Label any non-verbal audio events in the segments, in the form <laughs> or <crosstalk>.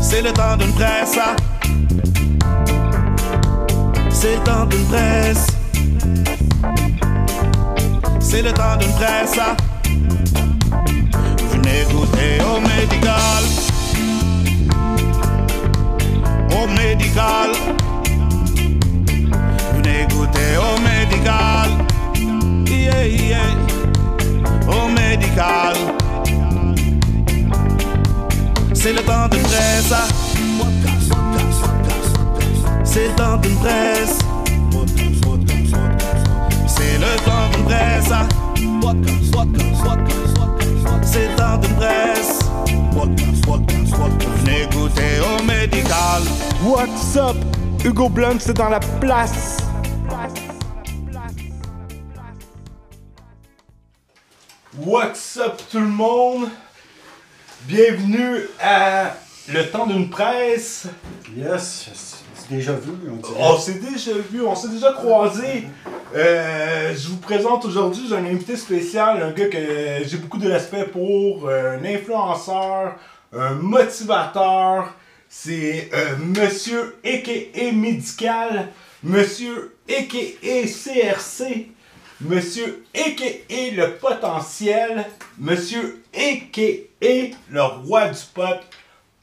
C'est le temps d'une presse. ah. C'est le temps d'une presse. C'est le temps d'une presse. ah. Venez goûter au médical. Au médical. Venez goûter au médical. Yeah, yeah. Au médical. C'est le temps d'une presse. ah. C'est le temps d'une presse. C'est le temps d'une presse. ah. C'est le temps d'une presse. Venez goûter au médical. What's up Hugo Blunt, c'est dans la place What's up tout le monde Bienvenue à Le Temps d'une Presse Yes, c'est déjà vu, on dirait. On s'est déjà vu, on s'est déjà croisé. Euh, je vous présente aujourd'hui, j'ai un invité spécial, un gars que j'ai beaucoup de respect pour, euh, un influenceur, un motivateur. C'est euh, Monsieur EKE Médical, Monsieur EKE CRC, Monsieur EKE Le Potentiel, Monsieur EKE Le Roi du Pot.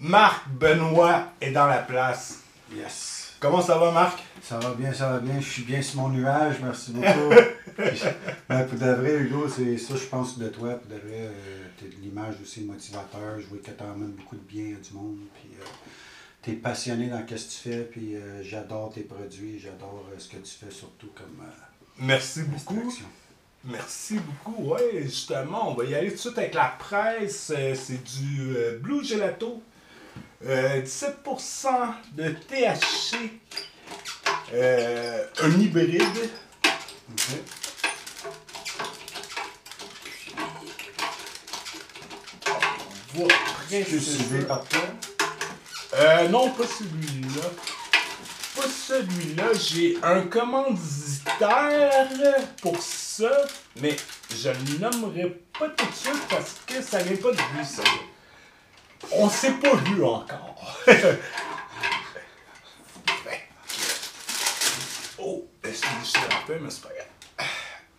Marc Benoît est dans la place. Yes. Comment ça va, Marc? Ça va bien, ça va bien. Je suis bien sur mon nuage, merci beaucoup. Ben, pour de vrai, Hugo, c'est ça, je pense de toi. Pour de vrai, euh, t'es de l'image aussi motivateur. Je vois que t'emmènes beaucoup de bien du monde. Puis, euh, t'es passionné dans ce que tu fais. Puis, euh, j'adore tes produits. J'adore euh, ce que tu fais, surtout comme euh, Merci beaucoup. extraction. Merci beaucoup. Ouais, justement, on va y aller tout de suite avec la presse. Euh, C'est du euh, Blue Gelato. Euh, 17% de THC. Euh, un hybride. Ok. On voit presque Tu suivi ça. par toi? Euh, non, pas celui-là. Pas celui-là. J'ai un commanditaire pour ça, mais je ne le nommerai pas tout de suite parce que ça n'est pas de lui, ça. On s'est pas vu encore. <laughs> oh, excusez un peu, mais c'est pas grave.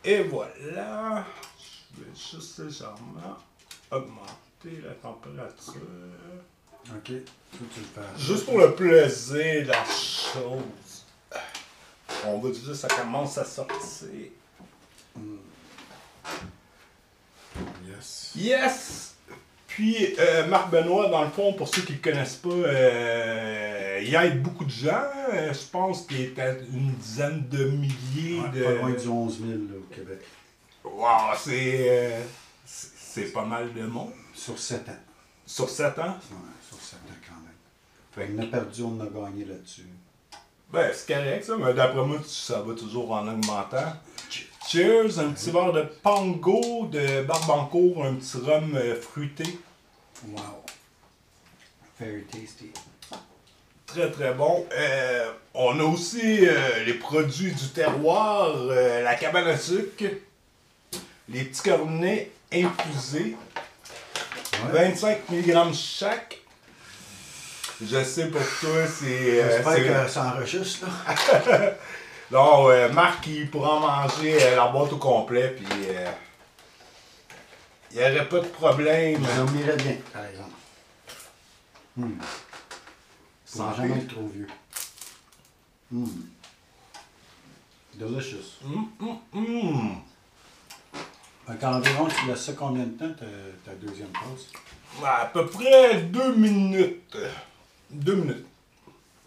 Et voilà. Je vais juste légèrement augmenter la température. Ok. Toi, tu le fais. Juste pour le plaisir de la chose. On va dire que ça commence à sortir. Yes. Yes! Puis, euh, Marc Benoît, dans le fond, pour ceux qui le connaissent pas, euh, il aide beaucoup de gens. Euh, je pense qu'il est à une dizaine de milliers Ouais, de... Pas loin du 11 000 là, au Québec. Wow, c'est... euh, c'est c'est pas mal de monde. Sur 7 ans. Sur 7 ans. Ouais, sur 7 ans quand même. Ben, Fait que- On a perdu, on a gagné là-dessus. Ben, c'est correct, ça, mais d'après moi, tu- ça va toujours en augmentant. Cheers, un petit verre de pango, de barbancourt, un petit rhum euh, fruité. Wow. Very tasty. Très, très bon. Euh, on a aussi euh, les produits du terroir, euh, la cabane à sucre, les petits cornets infusés, Ouais. 25 mg chaque. Je sais pour toi, c'est... euh, c'est- J'espère que ça enregistre, <laughs> là. Non, euh, Marc, il pourra en manger euh, la boîte au complet, puis euh, il n'y aurait pas de problème. Je dormirais bien, par exemple. Sans Santé. jamais être trop vieux. Hmm. Delicious. Hum, hum, hum. Fait qu'environ, tu laisses ça combien de temps, ta, ta deuxième pause? À peu près deux minutes. Deux minutes.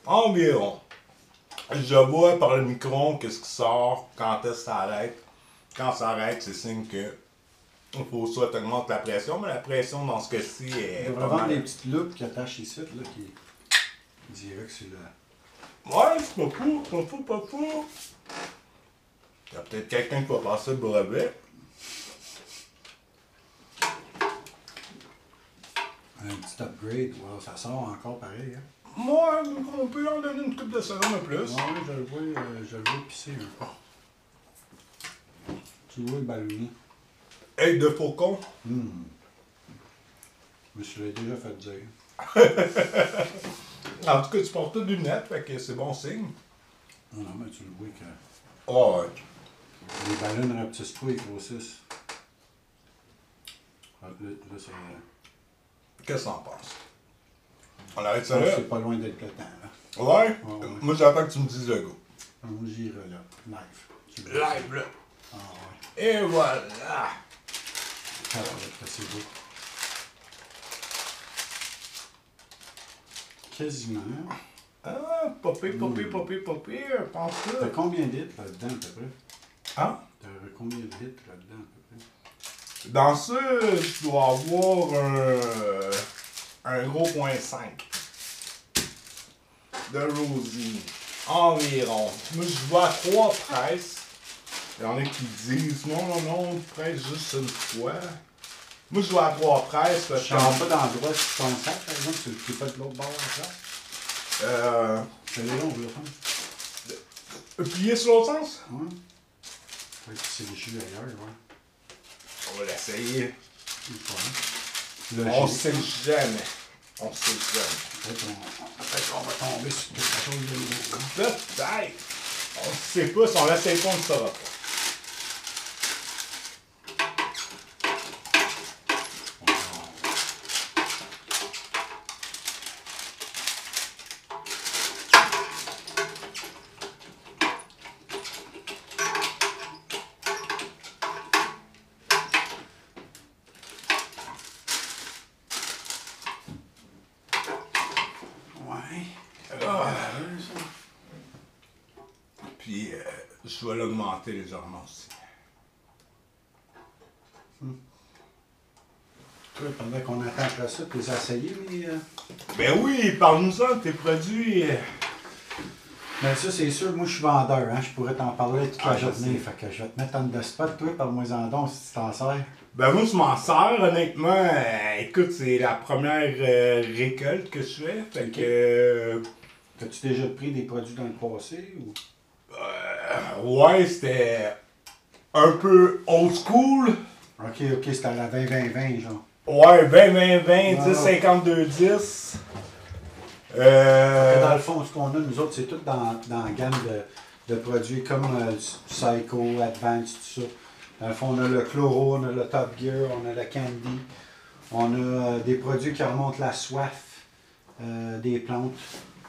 Environ. Je vois par le micron qu'est-ce qui sort, quand est-ce que ça arrête. Quand ça arrête, c'est signe que il faut soit augmente la pression, mais la pression dans ce cas-ci Il est devrait pas vendre des mal. petites loupes qui attachent ici, là, qui... Direct sur le... Ouais, c'est pas fou, pas fou, pas fou. Y'a peut-être quelqu'un qui va passer le brevet. Un petit upgrade. Wow, ça sort encore pareil, hein? Moi, on peut en donner une coupe de secondes de plus. Ouais, je le vois, euh, je le vois pisser un peu. Tu vois le ballonnet? Aide de faucon. Je me suis déjà fait dire. En tout cas, tu portes toutes des lunettes, fait que c'est bon signe. Non, non, mais tu le vois que Oh, ouais. les ballons rapetissent pas, ils grossissent. Ah, Là, là, c'est- qu'est-ce que t'en penses? On arrête ça ça, là? c'est pas loin d'être platant, là. Ah, Ouais? ouais. Moi, j'attends que tu me dises le go. On j'irai là, live. Tu le- Live, là. Ah ouais, Et voilà! ça va être assez beau. Quasiment. Ah, popé, popé, popé, popé, pense T'as que... combien d'hits là-dedans, à peu près? Hein? T'as combien de hits là-dedans, à peu près? Dans ça, tu dois avoir un, un gros point 5 de Rosie. Environ. Moi, je vois trois presses. Il y en a qui disent non, non, non, presse juste une fois. Moi, je vois trois presses parce Je que. sens pas dans le droit sur ton sac, par exemple, tu n'es pas de l'autre bord là ça. Euh, C'est là, on veut le prendre. plier sur l'autre sens Ouais. Fait que c'est déchu ailleurs, ouais. On va l'essayer. Il faut, hein. On Logique. sait jamais. On sait jamais. Peut-être on, peut-être qu'on va tomber sur quelque chose de nouveau. hein. Peut-être. On sait pas si on l'essaye pas, on ne saura pas. Ouais. ça. Puis euh, je vais l'augmenter légèrement aussi. Toi, pendant qu'on attend après ça, tu les as essayés, mais. euh, Ben oui, parle-nous-en de tes produits. Mais ça, c'est sûr, moi, je suis vendeur, hein. Je pourrais t'en parler toute la Ah, je sais. journée. Fait que je vais te mettre en de spot, toi, par moi en don, si tu t'en sers. Ben moi, je m'en sers, honnêtement. Euh, écoute, c'est la première euh, récolte que je fais. Fait que... euh, As-tu déjà pris des produits dans le passé ou. ouais, c'était un peu old school. Ok, ok, c'était à la 20-20-20, genre. Ouais, 20, 20, 20, Ah. 10, 52, 10. Euh, Dans le fond, ce qu'on a, nous autres, c'est tout dans, dans la gamme de, de produits comme euh, du Psycho, Advance, tout ça. Dans le fond, on a le Chloro, on a le Top Gear, on a le Candy. On a euh, des produits qui remontent la soif euh, des plantes,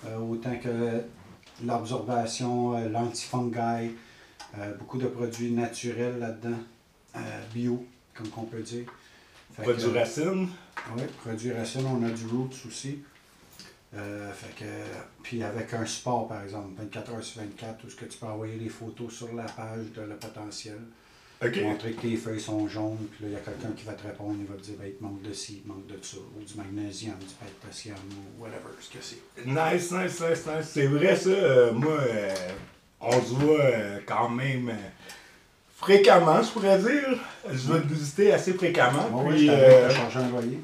euh, autant que l'absorption, euh, l'antifungi, euh, beaucoup de produits naturels là-dedans, euh, bio, comme on peut dire. Fait pas du que- euh, racine. Ah oui, produits racines, on a du roots aussi. Euh, fait que, puis avec un sport, par exemple, 24 heures sur 24, où ce que tu peux envoyer les photos sur la page de le potentiel, Ok. montrer que tes feuilles sont jaunes, puis là, il y a quelqu'un qui va te répondre, il va te dire, ben, il te manque de ci, il te manque de ça, ou du magnésium, du potassium, ou whatever, ce que c'est. Nice, nice, nice, nice. C'est vrai ça. euh, moi, euh, on se voit euh, quand même euh, fréquemment, je pourrais dire. Je vais te visiter assez fréquemment. Bon, Ah ouais, puis, je euh, t'avais chargé un loyer.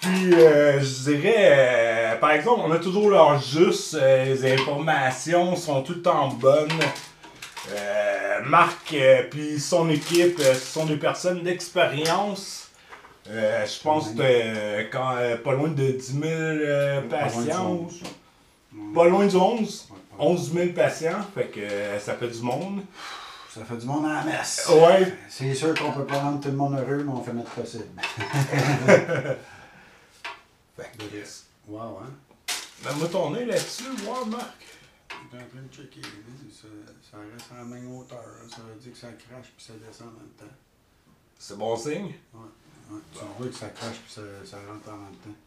puis, euh, je dirais, euh, par exemple, on a toujours leur juste. euh, les informations sont tout le temps bonnes. Euh, Marc euh, puis son équipe, euh, ce sont des personnes d'expérience. Euh, je pense que euh, quand, euh, pas loin de 10 000 euh, Pas loin Ah du patients. onze. Ouais. Pas loin du 11. Ouais, pas loin. 11 000 patients, fait que euh, ça fait du monde. Ça fait du monde à la messe. Ouais. C'est sûr qu'on peut pas rendre tout le monde heureux, mais on fait notre possible. <laughs> Fait que, euh, Wow, hein? ben, moi, ton nez là-dessus, voir, Marc. J'étais en train de checker. hein, Ça, ça reste à la même hauteur. hein, Ça veut dire que ça crache puis ça descend en même temps. C'est bon signe? <laughs> Ouais. ouais, Tu vois que ça crache puis ça, ça rentre en même temps.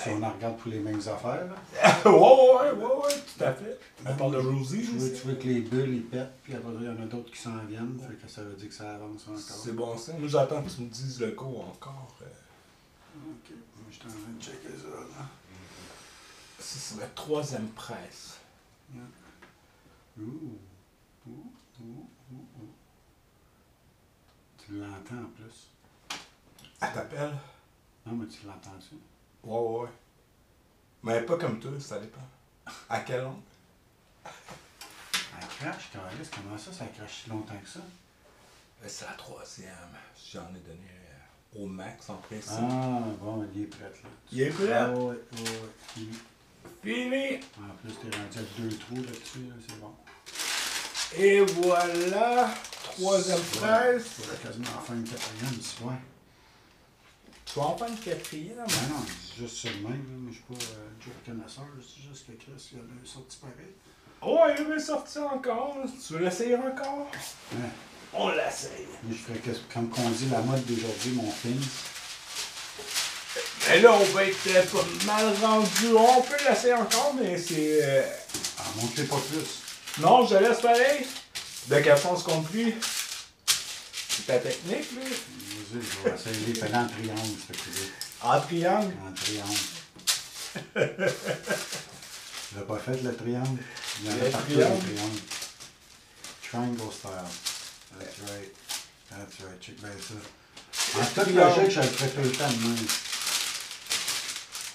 Si on en regarde pour les mêmes affaires, là, ouais, ouais, ouais, ouais, tout à fait. On parle de tu, Rosie. vois, c'est- tu vois que les bulles ils pètent, puis après ça, il y en a d'autres qui s'en viennent. Fait que ça veut dire que ça avance encore. C'est bon signe. Moi, j'attends que tu me dises le coup encore. euh, Ok, moi j'étais en train de checker ça. Là. ça, c'est la troisième presse. Ouh. Ouh, ouh, ouh, ouh. Tu l'entends en plus. Elle t'appelle? Non, mais tu l'entends-tu? Ouais, ouais, ouais. Mais pas comme toi, ça dépend. À quel angle? Elle crache, Carlis. Comment ça, ça crache si longtemps que ça? Ben, C'est la troisième. J'en ai donné euh, au max en principe. Ah, bon, il est prêt, là. Il est prêt? Ah, ouais, ouais, ouais. Il- Fini! En plus, t'es rendu à deux trous là-dessus, là, c'est bon. Et voilà! Troisième presse. Faudrait quasiment en faire une quatrième, si ouais. Tu vas en faire une quatrième. hein, Ah non, c'est juste sur le même, là. moi je suis pas euh, Joe Connaisseur, c'est juste que Chris, il y en a un sorti pareil. Oh, il est sorti encore. Tu veux l'essayer encore? Ouais. On l'essaye. Moi, je ferais que- comme qu'on dit la mode d'aujourd'hui, mon film. Mais là, on va être euh, pas mal rendu. On peut l'essayer encore, mais c'est. euh, Ah, montre pas plus. Non, je laisse pareil. De quel fond se compte lui? C'est ta technique, lui. Vas-y, je vais essayer les en triangle, ce que En Ah, triangle. En triangle. <laughs> Tu l'as pas fait, le triangle? Il y en a Le partout, le triangle. triangle. Triangle style. Ah, That's right. That's right. Check bien ça. En toute triangle. logique, je le ferais tout le temps de même.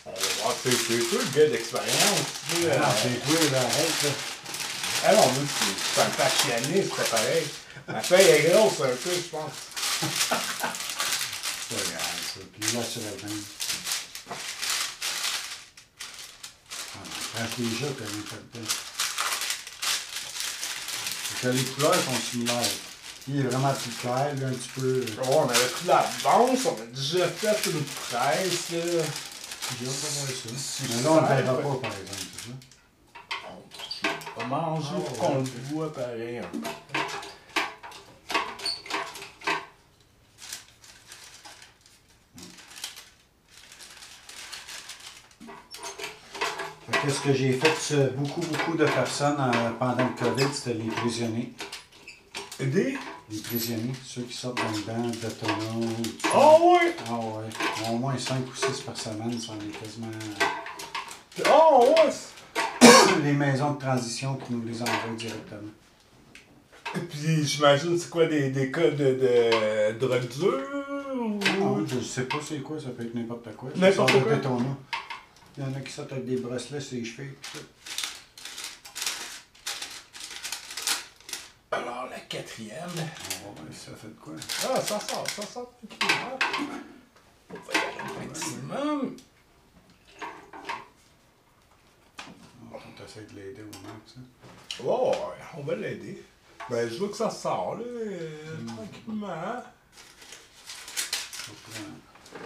On va voir, c'est c'est toi le gars d'expérience. tu sais, euh, Ah, c'est toi, là. Arrête, là. Ah non, nous, c'est c'est un passionné, c'est pas pareil. La feuille est grosse un peu, je pense. C'est pas grave, ça. Puis là, sur la même. Ah, c'est déjà que j'ai fait dedans. Fait que les couleurs sont similaires. Il est vraiment plus clair, lui, un petit peu. euh, Oh, on avait pris l'avance, on a déjà fait une presse. là. J'ai hâte de voir ça. Mais là, on ne le verra pas, par exemple, c'est ça? On va manger Ah, pour qu'on ouais. le voit pareil. hein. Fait que ce que j'ai fait sur beaucoup, beaucoup de personnes euh, pendant le COVID, c'était les prisonniers. Des? Les prisonniers, ceux qui sortent dans le banc de tonneau. Oh oui! Ah ouais, au moins 5 ou 6 par semaine, ça en est quasiment... euh, Oh ouais! les maisons de transition qui nous les envoient directement. Puis j'imagine c'est quoi des, des cas de, de drogue dure ou. Non, Ah je sais pas c'est quoi, ça peut être n'importe quoi. N'importe Ça sort de quoi. ton nom. Il y en a qui sortent avec des bracelets sur les cheveux. pis tout. Ah. Alors la quatrième. On va voir si ça fait de quoi. Ah, ça sort, ça sort tranquillement. On va y aller au maximum. On essayer de l'aider au max. hein. Oh, ouais, on va l'aider. Ben, je veux que ça sort, là, euh, Hmm. tranquillement. Faut que-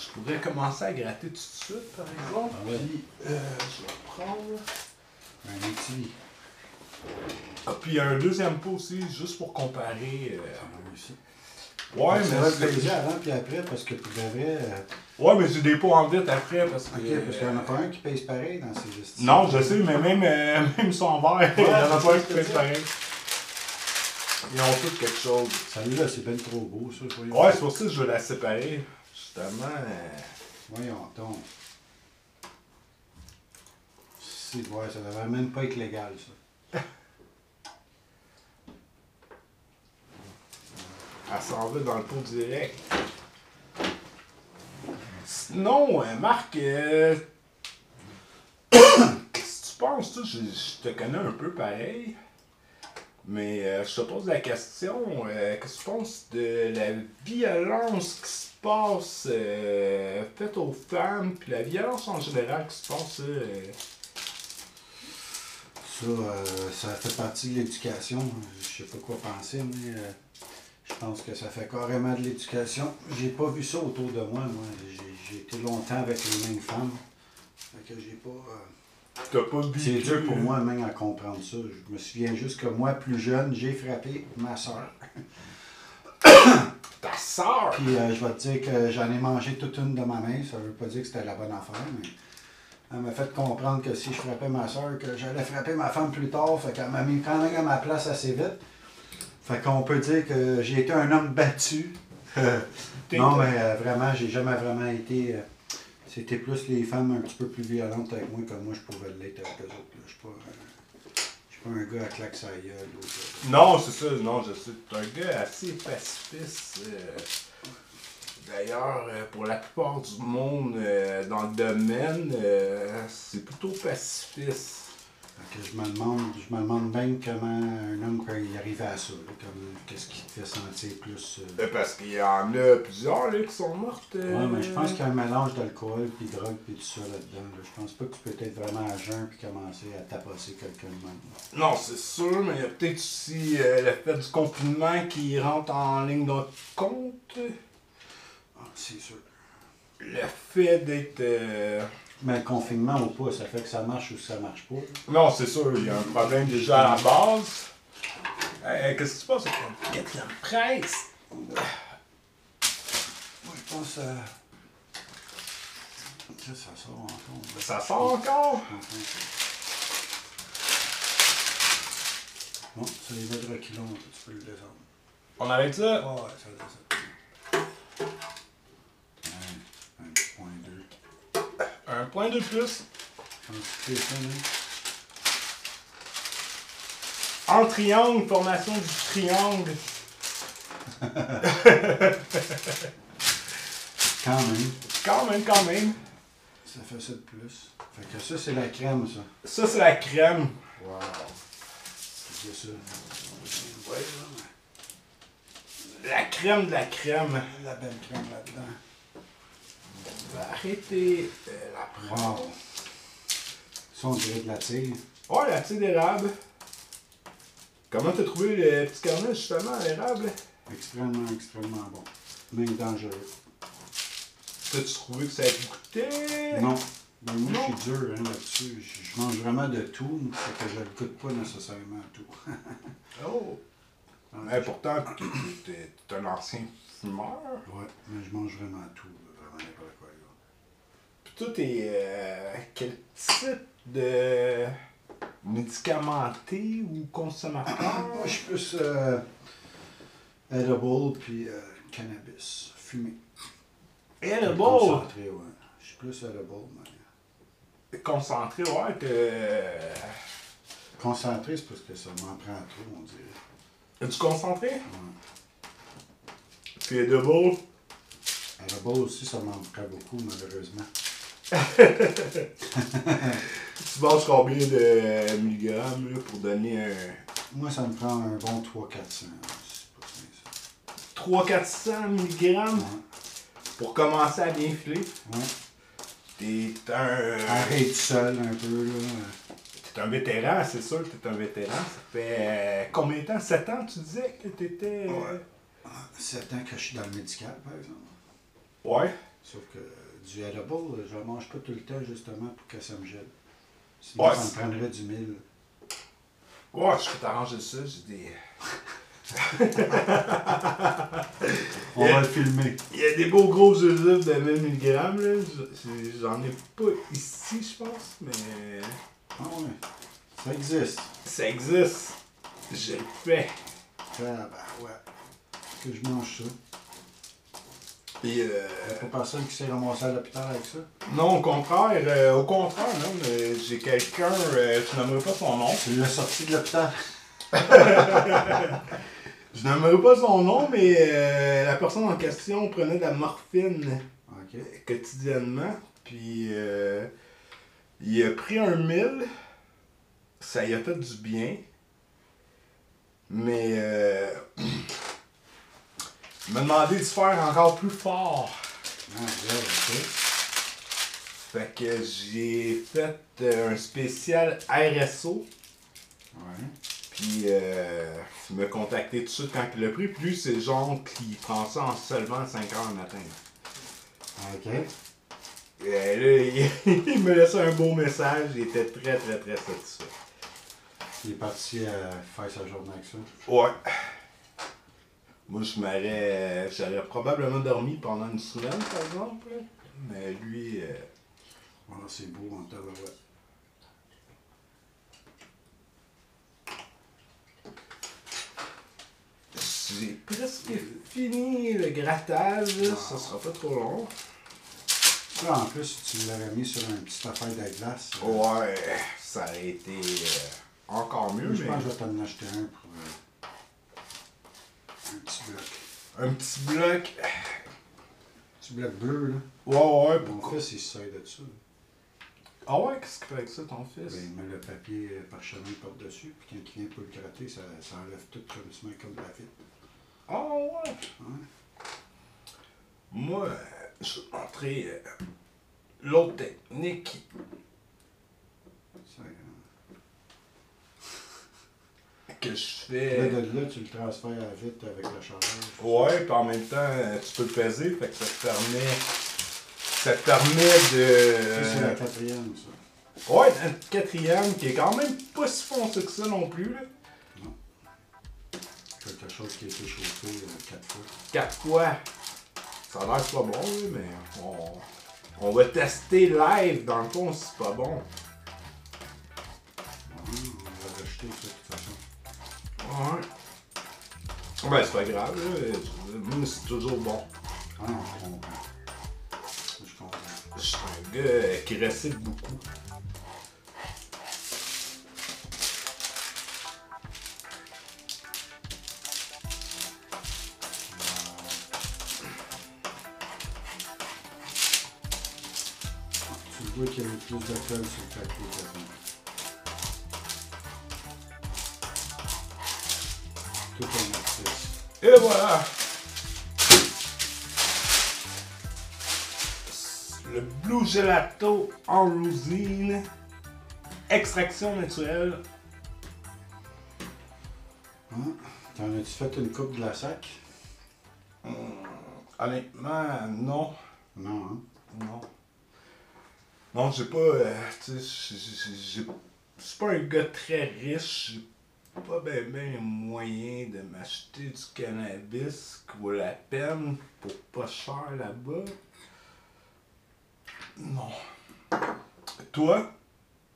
Je pourrais commencer à gratter tout de suite, par exemple. Ah ouais. Puis, euh, je vais prendre. Un outil. Ah, puis il y a un deuxième pot aussi, juste pour comparer. euh. Ah oui, ça. Ouais, Ça Ah, mais va te l'aider c'est- avant hein, puis après parce que pour de vrai. euh, ouais, mais j'ai des pots en vite après parce que. Ok, parce qu'il n'y en a pas un qui pèse pareil dans ces vestiges. Non, je sais, mais même, euh, <laughs> même son verre, il n'y en a c'est pas ça un qui que fait je pareil. Ils ont tous quelque chose. Celui-là, c'est bien trop beau, ça. voyons. Ouais, c'est pour ça que je veux la séparer. Justement. euh, Voyons donc. C'est ouais, ça devrait même pas être légal, ça. Elle s'en va dans le pot direct. Sinon, euh, Marc, euh, <coughs> qu'est-ce que tu penses? toi? Je, je te connais un peu pareil, mais euh, je te pose la question, euh, qu'est-ce que tu penses de la violence qui se passe euh, faite aux femmes, puis la violence en général qui se passe... euh, Ça, euh, ça fait partie de l'éducation. Je sais pas quoi penser, mais euh, je pense que ça fait carrément de l'éducation. J'ai pas vu ça autour de moi, moi. J'ai- J'ai été longtemps avec les mêmes femmes. Fait que j'ai pas. euh, T'as pas vécu, C'est dur pour euh, moi même à comprendre ça. Je me souviens juste que moi, plus jeune, j'ai frappé ma soeur. Ta sœur! Puis euh, je vais te dire que j'en ai mangé toute une de ma main. Ça veut pas dire que c'était la bonne affaire, mais elle m'a fait comprendre que si je frappais ma soeur, que j'allais frapper ma femme plus tard. Fait qu'elle m'a mis quand même à ma place assez vite. Fait qu'on peut dire que j'ai été un homme battu. non, mais euh, vraiment, j'ai jamais vraiment été. euh, c'était plus les femmes un petit peu plus violentes avec moi que moi je pouvais l'être avec eux autres. là. Je suis pas, un- je suis pas un gars à claque sa gueule ou euh, que- Non, c'est ça, non, je sais. T'es un gars assez pacifiste. euh. D'ailleurs, euh, pour la plupart du monde euh, dans le domaine, euh, c'est plutôt pacifiste. Fait que je me demande, je me demande bien comment un homme peut y arriver à ça. là, comme qu'est-ce qui te fait sentir plus. euh, Euh, Parce qu'il y en a plusieurs là, qui sont mortes. euh. Ouais, mais je pense qu'il y a un mélange d'alcool, puis de drogue, puis tout ça là-dedans. là. Je pense pas que tu peux être vraiment à jeun puis commencer à tapasser quelqu'un de même. Non, c'est sûr, mais il y a peut-être aussi euh, le fait du confinement qui rentre en ligne de compte. Ah, c'est sûr. Le fait d'être. euh, Mais le confinement ou pas, ça fait que ça marche ou ça marche pas. Non, c'est sûr, il y a un problème déjà à la base. Euh, Qu'est-ce qui se passe avec la tête, la presse? Moi, je pense à. Ça, ça sort encore. Ça sort encore? Bon, ça les autres qui l'ont, tu peux le descendre. On arrête ça? Ah ouais, ça descend. Un, un petit point deux. Un point de plus. Un petit peu ça, là. En triangle, formation du triangle. Quand même, Quand même, quand même. ça fait ça de plus. Fait que ça, c'est la crème, ça. Ça, c'est la crème. Wow. C'est ça. Ouais, là, La crème de la crème. mais la belle crème là-dedans. Arrêtez euh, la presse. Wow. Ça, on dirait de la tire. Oh, la petite d'érable. Comment t'as trouvé le petit carnet justement à l'érable? Extrêmement, extrêmement bon. Même dangereux. T'as-tu trouvé que ça goûtait? Non. Ben, moi, Non. je suis dur hein, là-dessus. Je, je mange vraiment de tout, fait que je ne goûte pas nécessairement à tout. <laughs> Oh. Mais pourtant, t'es- t'es t'es un ancien fumeur. ouais, mais je mange vraiment à tout, là, vraiment n'importe quoi. là. Puis tout est. euh, quel type de médicamenté ou consommateur? Moi, je suis plus euh, edible puis euh, cannabis, fumé. Edible! Concentré, ouais. Je suis plus edible, mais... Concentré, ouais, que. euh, Concentré, c'est parce que ça m'en prend trop, on dirait. As-tu concentré? Mm. Puis Edible? Edible aussi, ça m'en prend beaucoup, malheureusement. Tu manges combien de milligrammes là, pour donner un. Moi, ça me prend un bon 300-400. hein, C'est pas si bien, ça. 300-400 milligrammes pour commencer à bien filer. Ouais. T'es un. Arrête seul un peu, là. T'es un vétéran, c'est sûr que t'es un vétéran. Ça fait euh, combien de temps 7 ans, tu disais que t'étais. euh, 7 ans que je suis dans le médical, par exemple. Ouais. Sauf que euh, du edible, je ne mange pas tout le temps, justement, pour que ça me gèle. Sinon, Ouais, ça me c'est- prendrait du mille. Ouais, je peux t'arranger ça, j'ai des. On va le filmer. Il y a des beaux gros œufs de 1000 milligrammes, là. J'- J'en ai pas ici, je pense, mais. Ah ouais. Ça existe. Ça existe. Je le fais. Ah bah ouais. Que je mange ça. Et euh, Y a pas personne qui s'est ramassé à l'hôpital avec ça. Non, au contraire, euh, au contraire, non, mais j'ai quelqu'un, euh, je nommerai pas son nom. Tu l'as sorti de l'hôpital. Je nommerai pas son nom, mais euh, la personne en question prenait de la morphine Ok. quotidiennement, puis euh, il a pris un mille, ça y a fait du bien, mais euh, il m'a demandé de se faire encore plus fort. Ah ouais, ok. Fait que j'ai fait euh, un spécial RSO. Ouais. Puis euh, il m'a contacté tout de suite quand il l'a pris. Puis lui, c'est le genre qui prend ça en seulement 5 heures le matin. Ok. Et là, <laughs> il, il me laissait un beau message. Il était très, très, très satisfait. Il est parti euh, faire sa journée avec ça. Ouais. Moi, je m'aurais. J'aurais probablement dormi pendant une semaine, par exemple. là. Mais lui. euh, Ah, c'est beau en tabarouette. J'ai presque fini le grattage. Ah. là. Ça sera pas trop long. Ça, en plus, tu l'aurais mis sur une petite affaire de glace. euh, Ouais, ça aurait été euh, encore mieux, Je mais. pense que je vais t'en acheter un pour euh, un petit bloc. Un petit bloc. Petit bloc bleu, là. Ouais, ouais, Mon pourquoi? fils, il se sert de ça. là. Ah ouais, qu'est-ce qu'il fait avec ça, ton fils? Ben, il met le papier euh, parchemin par-dessus, puis quand il vient pour le gratter, ça, ça enlève tout comme comme de la vitre. Ah ouais! Ouais. Moi, euh, je vais montrer euh, l'autre technique. Ça, euh, que je Là, fais. de là, tu le transfères à la vitre avec la chaleur. Ouais, puis en même temps, euh, tu peux le peser, fait que ça te permet. Ça te permet Ça, de. euh, C'est la quatrième, ça. Ouais, un quatrième qui est quand même pas si foncé que ça non plus. Là. Quelque chose qui a été chauffé euh, quatre fois. Quatre fois. Ça a l'air pas bon, là, mais on, on va tester live dans le fond si c'est pas bon. Hum, on va rejeter ça de toute façon. Ouais. Ben, c'est pas grave, là. Je- moi, c'est toujours bon. Ah non, je comprends. Je comprends. Je suis un gars euh, qui récite beaucoup. Tu vois qu'il y a eu plus d'alcool sur le papier de Tout un artiste. Et voilà! Le Blue Gelato en rosine. Extraction naturelle. Hein? T'en as-tu fait une coupe de la sac? Honnêtement, non. Non, hein? Non. Non, j'ai pas. euh, tu sais, j'ai- j'ai- j'ai- j'ai- je suis pas un gars très riche. J'ai pas bien ben les moyens de m'acheter du cannabis qui vaut la peine pour pas cher là-bas. Non. Toi?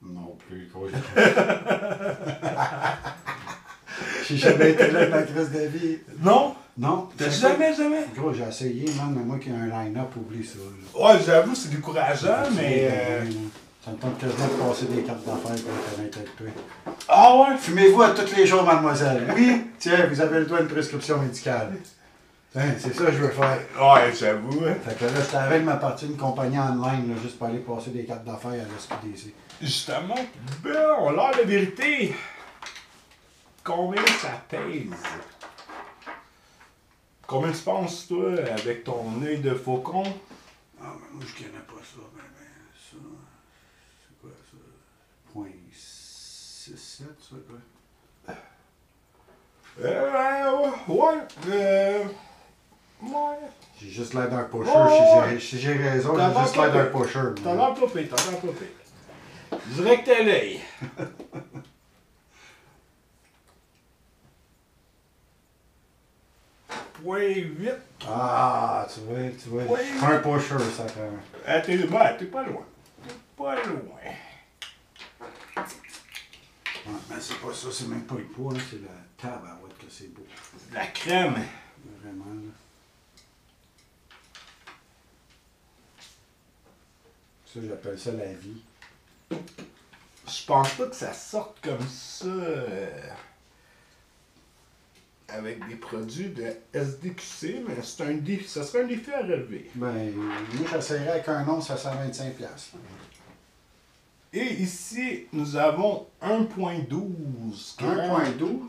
Non plus, gros. <laughs> J'ai jamais été là de ma crise de vie. Non? Non. T'as c'est- jamais, jamais? Gros, j'ai essayé, man, mais moi qui ai un line-up, oublie ça. là. Ouais, j'avoue, c'est décourageant, mais. euh, Ça me tente quasiment de passer des cartes d'affaires pour être honnête avec toi. Ah ouais? Fumez-vous à tous les jours, mademoiselle. Oui, tiens, vous avez le droit à une prescription médicale. Hein, c'est ça que je veux faire. Ouais, j'avoue, hein. Fait que là, j'étais avec ma partie d'une compagnie online, là, juste pour aller passer des cartes d'affaires à la SQDC. Justement, ben, on a la vérité. Combien ça pèse? Combien tu penses, toi, avec ton œil de faucon? Ah, mais moi, je connais pas ça, mais, ça. C'est quoi ça? Point 6, 7, ça, quoi? Euh, ouais, euh, ouais. J'ai juste l'air d'un pusher. Oh, si ouais. j'ai- si j'ai raison, T'as j'ai juste l'air l'air d'un pas- pusher. T'as moi. l'air pas pire, t'as l'air pas pire. Direct à l'œil. <laughs> Point 8. Ah, tu vois, tu vois. Ouais. je suis un pusher, ça, quand même. Ah, t'es bah, t'es pas loin. T'es pas loin. Ouais, mais c'est pas ça, c'est même pas le poids, là, c'est la tabarouette que c'est beau. La crème. Vraiment, là. Ça, j'appelle ça la vie. Je pense pas que ça sorte comme ça euh, avec des produits de SDQC, mais c'est un défi, ça serait un défi à relever. Ben, moi, j'essayerais avec un once à 125$. piastres. Et ici, nous avons 1.12 grammes. 1.12?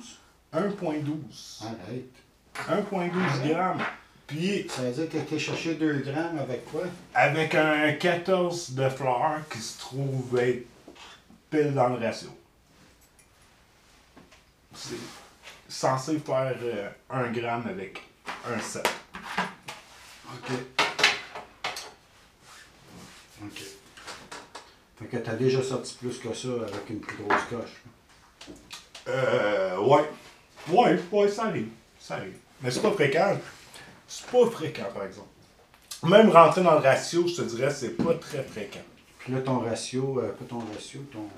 1.12. Arrête. 1.12 grammes. Puis Ça veut dire que t'es cherché 2 grammes avec quoi? avec un 14 de fleurs qui se trouve être pile dans le ratio. C'est censé faire euh, 1 gramme avec un 7. OK. OK. Fait que t'as déjà sorti plus que ça avec une plus grosse coche. Euh, ouais. Ouais, ouais, ça arrive. Ça arrive. Mais c'est pas fréquent. C'est pas fréquent, par exemple. Même rentrer dans le ratio, je te dirais, c'est pas très fréquent. Puis là, ton ratio, euh, pas ton ratio, ton. Non,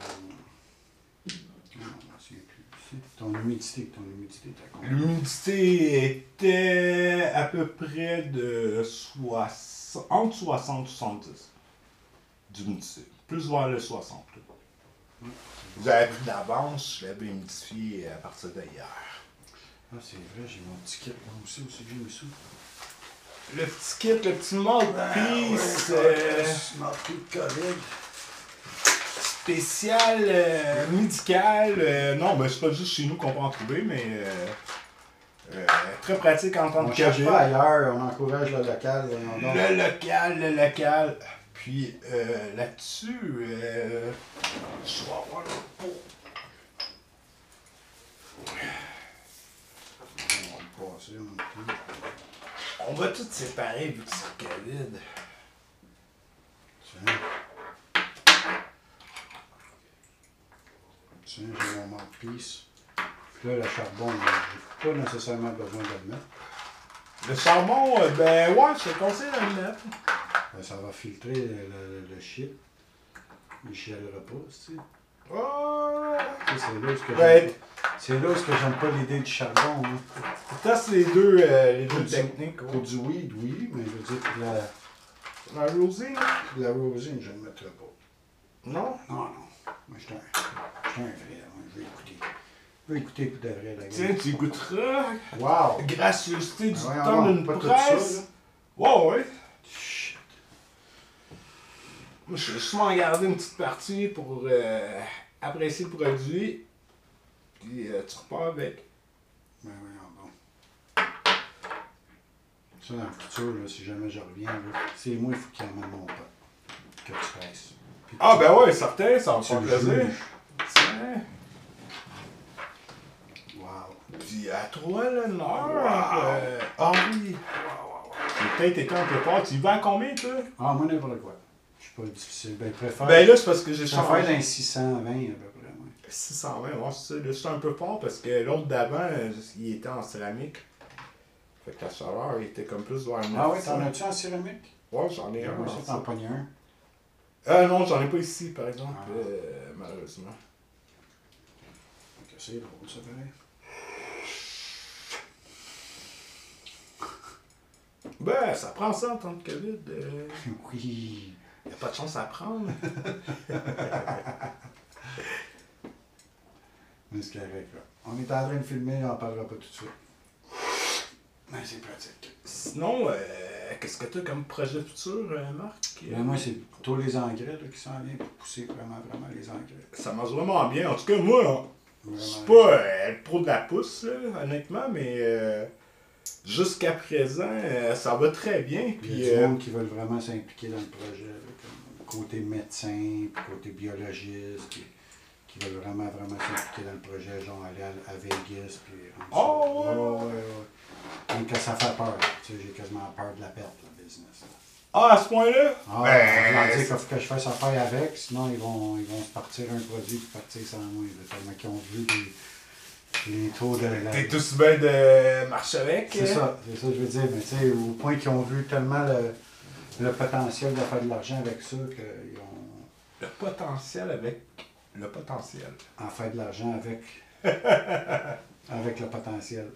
je m'en souviens plus. C'est Ton humidité, ton humidité, t'as combien? L'humidité était à peu près de 60, entre 60 et 70 d'humidité. Plus vers le 60. là. J'avais pris de l'avance, je l'avais humidifié à partir d'hier. Ah, c'est vrai, j'ai mon petit kit là aussi, aussi, j'ai mis ça. Le Ah, petit kit, le petit mode, hein, Puis, piece, c'est. Ma petite collègue. spécial euh, médical. euh, non, mais c'est pas juste chez nous qu'on peut en trouver, mais euh, euh, très pratique en tant On que cherche cachot. pas ailleurs, on encourage le local. voyons donc. Le local, le local. Puis euh, là-dessus, euh, je vais avoir le pot. On va le passer, mon petit. On va tout séparer vu que c'est COVID. Tiens. Tiens, j'ai mon mouthpiece. Puis là, le charbon, j'ai pas nécessairement besoin de le mettre. Le charbon, euh, ben ouais, je te conseille de le mettre. Euh, Ça va filtrer le, le, le shit. Il chialera pas, tu sais. Oh! Ça, C'est là où ce que Ben, j'aime pas- c'est là où ce que j'aime pas l'idée du charbon. hein. Teste les deux, euh, les Pour deux du- techniques. Pour du weed, oui, mais je veux dire, pour la, La rosée, non? pour la rosine, je ne le mettrai pas. Non? Non, non. Moi, je suis un, je suis un vrai. Moi, je vais écouter. Je vais écouter pour de vrai, la Tiens, tu goûteras. Wow! Gracieuseté du Ben voyons temps donc, d'une pas tout ça, presse. là. ouais, ouais. Chut. Moi, je vais sûrement garder une petite partie pour euh, apprécier le produit. Puis euh, tu repars avec. Ben voyons donc. Ça, dans le futur, là, si jamais je reviens, là, c'est moi, il faut qu'il y en ait mon pote. Que tu presses. Puis Ah, ben ouais, certain, ça va me tu faire le plaisir. juges. Tiens. Wow! Puis à toi l'honneur. euh, ah oui. J'ai peut-être été un peu fort. Tu y vas à combien, toi? Ah, moi, n'importe quoi. Je suis pas difficile. Ben, je préfère. Ben là, c'est Ah parce que j'ai je préfère changé. d'un 620 à peu près, moi. 620, ouais, c'est ça. Là, j'étais un peu fort parce que l'autre d'avant, euh, il était en céramique. Fait que la chaleur, il était comme plus vers Ah oui, 900. t'en as-tu en céramique? Ouais, j'en ai un. Moi en aussi, t'en pognes un. Euh, non, j'en ai pas ici, par exemple, Ah. euh, malheureusement. Ok, C'est drôle, ça, pareil. <laughs> Ben, ça prend ça en temps de COVID. euh, Oui. y a pas de chance à prendre. Mais c'est correct, là. On est en train de filmer, on en parlera pas tout de suite. Mais c'est pratique. Sinon, euh, qu'est-ce que t'as comme projet futur, euh, Marc? Ben, moi, c'est plutôt les engrais là, qui s'en viennent pour pousser vraiment, vraiment les engrais. Ça marche vraiment bien. En tout cas, moi, hein, je Vraiment. suis pas euh, le pro de la pousse, là, honnêtement, mais euh, jusqu'à présent, euh, ça va très bien. Il Puis, y a euh, du monde qui veulent vraiment s'impliquer dans le projet, là, comme côté médecin, puis côté biologiste, puis qui veulent vraiment, vraiment s'impliquer dans le projet, genre aller à, à Vegas, puis... Oh, ouais, ouais, ouais. Donc, ça fait peur. Tu sais, j'ai quasiment peur de la perte, le business. là. ah, à ce point-là, Ah, ben, je leur dis qu'il faut que je fasse affaire avec, sinon ils vont, ils vont se partir un produit puis partir sans moi. là, tellement qu'ils ont vu les, les taux de la. euh, t'es tous bien de marche avec. C'est hein? ça, c'est ça que je veux dire. Mais tu sais, au point qu'ils ont vu tellement le, le potentiel de faire de l'argent avec ça qu'ils ont Le potentiel avec le potentiel. en fait de l'argent <laughs> avec, avec le potentiel.